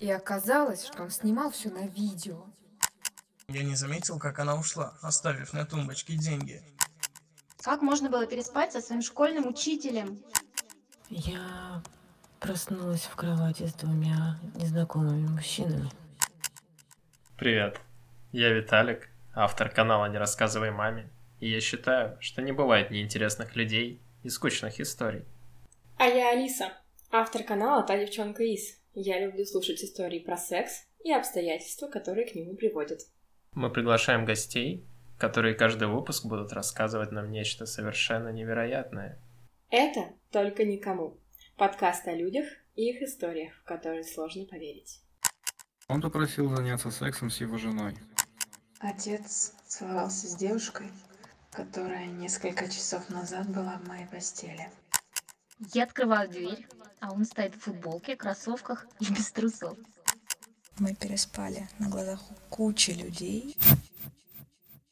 И оказалось, что он снимал все на видео. Я не заметил, как она ушла, оставив на тумбочке деньги. Как можно было переспать со своим школьным учителем? Я проснулась в кровати с двумя незнакомыми мужчинами. Привет, я Виталик, автор канала «Не рассказывай маме», и я считаю, что не бывает неинтересных людей и скучных историй. А я Алиса, автор канала «Та девчонка из». Я люблю слушать истории про секс и обстоятельства, которые к нему приводят. Мы приглашаем гостей, которые каждый выпуск будут рассказывать нам нечто совершенно невероятное. Это «Только никому» — подкаст о людях и их историях, в которые сложно поверить. Он попросил заняться сексом с его женой. Отец целовался с девушкой, которая несколько часов назад была в моей постели. Я открываю дверь, а он стоит в футболке, кроссовках и без трусов. Мы переспали на глазах у кучи людей.